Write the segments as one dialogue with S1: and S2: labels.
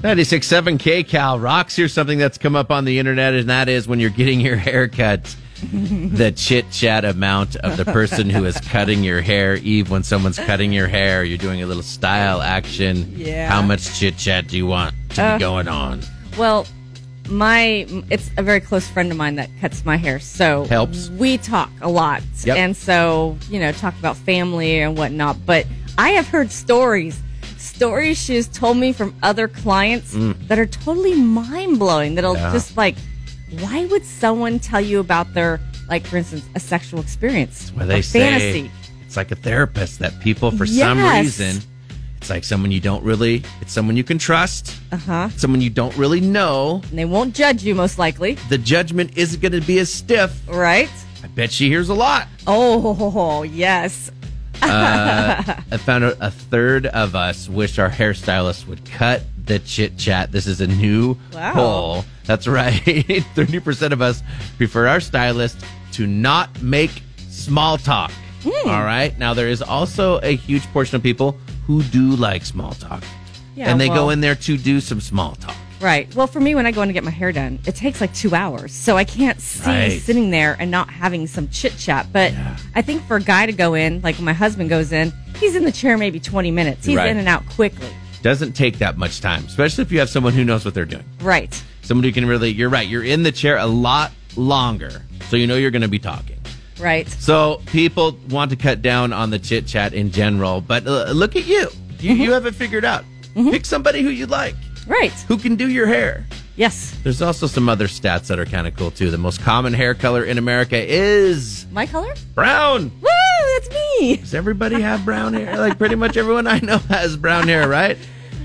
S1: 96.7 KCal rocks. Here's something that's come up on the internet, and that is when you're getting your hair cut, the chit chat amount of the person who is cutting your hair. Eve, when someone's cutting your hair, you're doing a little style action.
S2: Yeah. Uh,
S1: How much chit chat do you want to be going on?
S2: Well, my it's a very close friend of mine that cuts my hair, so
S1: Helps.
S2: We talk a lot,
S1: Yep.
S2: and so you know talk about family and whatnot. But I have heard stories, stories she's told me from other clients that are totally mind blowing. That'll
S1: Mm. Yeah.
S2: just like, why would someone tell you about their like, for instance, a sexual experience,
S1: Where
S2: a
S1: they
S2: fantasy?
S1: say it's like a therapist that people, for some
S2: Yes.
S1: reason, it's like someone you don't really, it's someone you can trust,
S2: Uh huh.
S1: someone you don't really know.
S2: And they won't judge you most likely,
S1: The judgment isn't going to be as stiff.
S2: right?
S1: I bet she hears a lot.
S2: Oh yes.
S1: I found out a third of us wish our hairstylist would cut the chit chat. This is a new
S2: Wow.
S1: poll. That's right. 30% of us prefer our stylist to not make small talk.
S2: Hmm.
S1: All right. Now, there is also a huge portion of people who do like small talk.
S2: Yeah,
S1: and they go
S2: well-
S1: in there to do some small talk.
S2: Right. Well, for me, when I go in to get my hair done, it takes like two hours. So I can't see
S1: Right.
S2: sitting there and not having some chit chat. But I think for a guy to go in, like when my husband goes in, he's in the chair maybe 20 minutes. He's
S1: Right.
S2: in and out quickly.
S1: Doesn't take that much time, especially if you have someone who knows what they're doing.
S2: Right.
S1: Somebody who can really, you're right, you're in the chair a lot longer. So you know you're going to be talking.
S2: Right.
S1: So people want to cut down on the chit chat in general, but uh, look at you. You,
S2: Mm-hmm.
S1: you have it figured out. Pick somebody who you like,
S2: Right.
S1: who can do your hair.
S2: Yes.
S1: There's also some other stats that are kind of cool too. The most common hair color in America is
S2: My color?
S1: brown.
S2: Woo! That's me.
S1: Does everybody have brown hair? Like pretty much everyone I know has brown hair, right?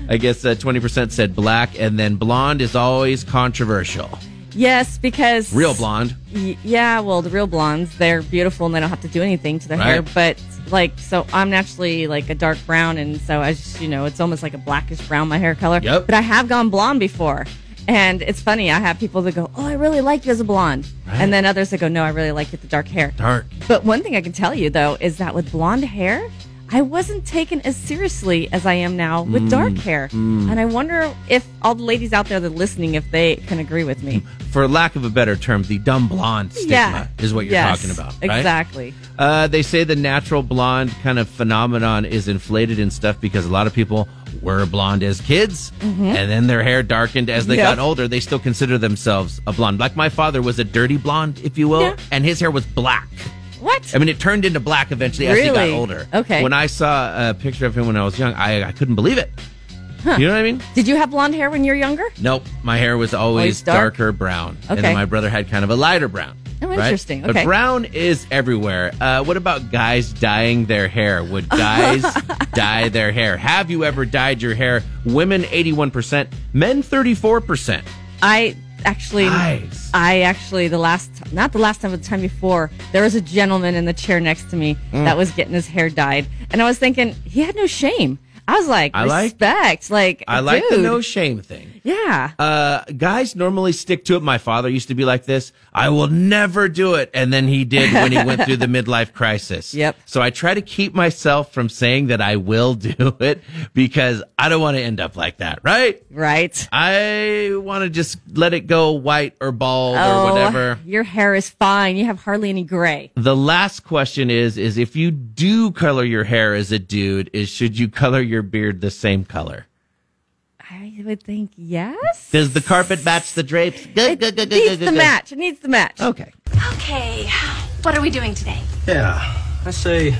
S1: I guess uh, 20% said black, and then blonde is always controversial.
S2: Yes, because.
S1: Real blonde.
S2: Y- yeah, well, the real blondes, they're beautiful and they don't have to do anything to their hair.
S1: Right.
S2: But, like, so I'm naturally like a dark brown. And so, as you know, it's almost like a blackish brown, my hair color.
S1: Yep.
S2: But I have gone blonde before. And it's funny, I have people that go, Oh, I really like you as a blonde. And then others that go, No, I really like you with the dark hair.
S1: Dark.
S2: But one thing I can tell you, though, is that with blonde hair, I wasn't taken as seriously as I am now with dark
S1: Mm.
S2: hair. And I wonder if all the ladies out there that are listening, if they can agree with me.
S1: For lack of a better term, the dumb blonde stigma is what you're
S2: Yes,
S1: talking about. Right?
S2: Exactly.
S1: Uh, they say the natural blonde kind of phenomenon is inflated and stuff because a lot of people were blonde as kids and then their hair darkened as they
S2: Mm-hmm. Yep.
S1: got older. They still consider themselves a blonde. Like my father was a dirty blonde, if you will,
S2: Yeah.
S1: and his hair was black.
S2: What?
S1: I mean, it turned into black eventually as he got
S2: Really?
S1: older.
S2: Okay.
S1: When I saw a picture of him when I was young, I, I couldn't believe it. You know what I mean?
S2: Did you have blonde hair when you were younger?
S1: Nope, my hair was always
S2: Always dark?
S1: darker brown, and
S2: Okay.
S1: then my brother had kind of a lighter brown.
S2: Oh, interesting.
S1: But
S2: Okay.
S1: brown is everywhere. Uh, what about guys dyeing their hair? Would guys dye their hair? Have you ever dyed your hair? Women, eighty-one percent. Men, thirty-four percent.
S2: I actually,
S1: Nice.
S2: I actually the last not the last time, but the time before, there was a gentleman in the chair next to me
S1: Mm.
S2: that was getting his hair dyed, and I was thinking he had no shame. I was like,
S1: I like-
S2: respect, like,
S1: I like the
S2: dude.
S1: no shame thing.
S2: yeah,
S1: Uh, guys normally stick to it. My father used to be like this. I will never do it. And then he did when he went through the midlife crisis.
S2: Yep.
S1: So I try to keep myself from saying that I will do it because I don't want to end up like that, right?
S2: right.
S1: I want to just let it go white or bald
S2: Oh.
S1: or whatever.
S2: your hair is fine. You have hardly any gray.
S1: The last question is, is if you do color your hair as a dude, is should you color your beard the same color?
S2: I would think yes.
S1: Does the carpet match the drapes? Good, good, good, good,
S2: needs
S1: good,
S2: the
S1: good, Oh, good.
S2: match. It needs the match.
S1: Okay.
S3: Okay, what are we doing today?
S4: Yeah. I say,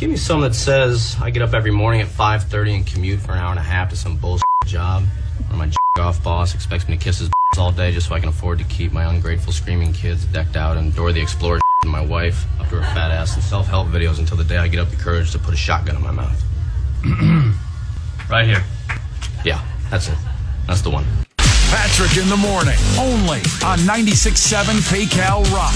S4: give me some that says I get up every morning at 5.30 and commute for an hour and a half to some bullshit job. Or my off boss expects me to kiss his all day just so I can afford to keep my ungrateful screaming kids decked out and Dora the Explorer and my wife up to her fat ass in self-help videos until the day I get up the courage to put a shotgun in my mouth. right here. Yeah, that's it. That's the one.
S5: Patrick in the morning, only on 96.7 PayCal Rock.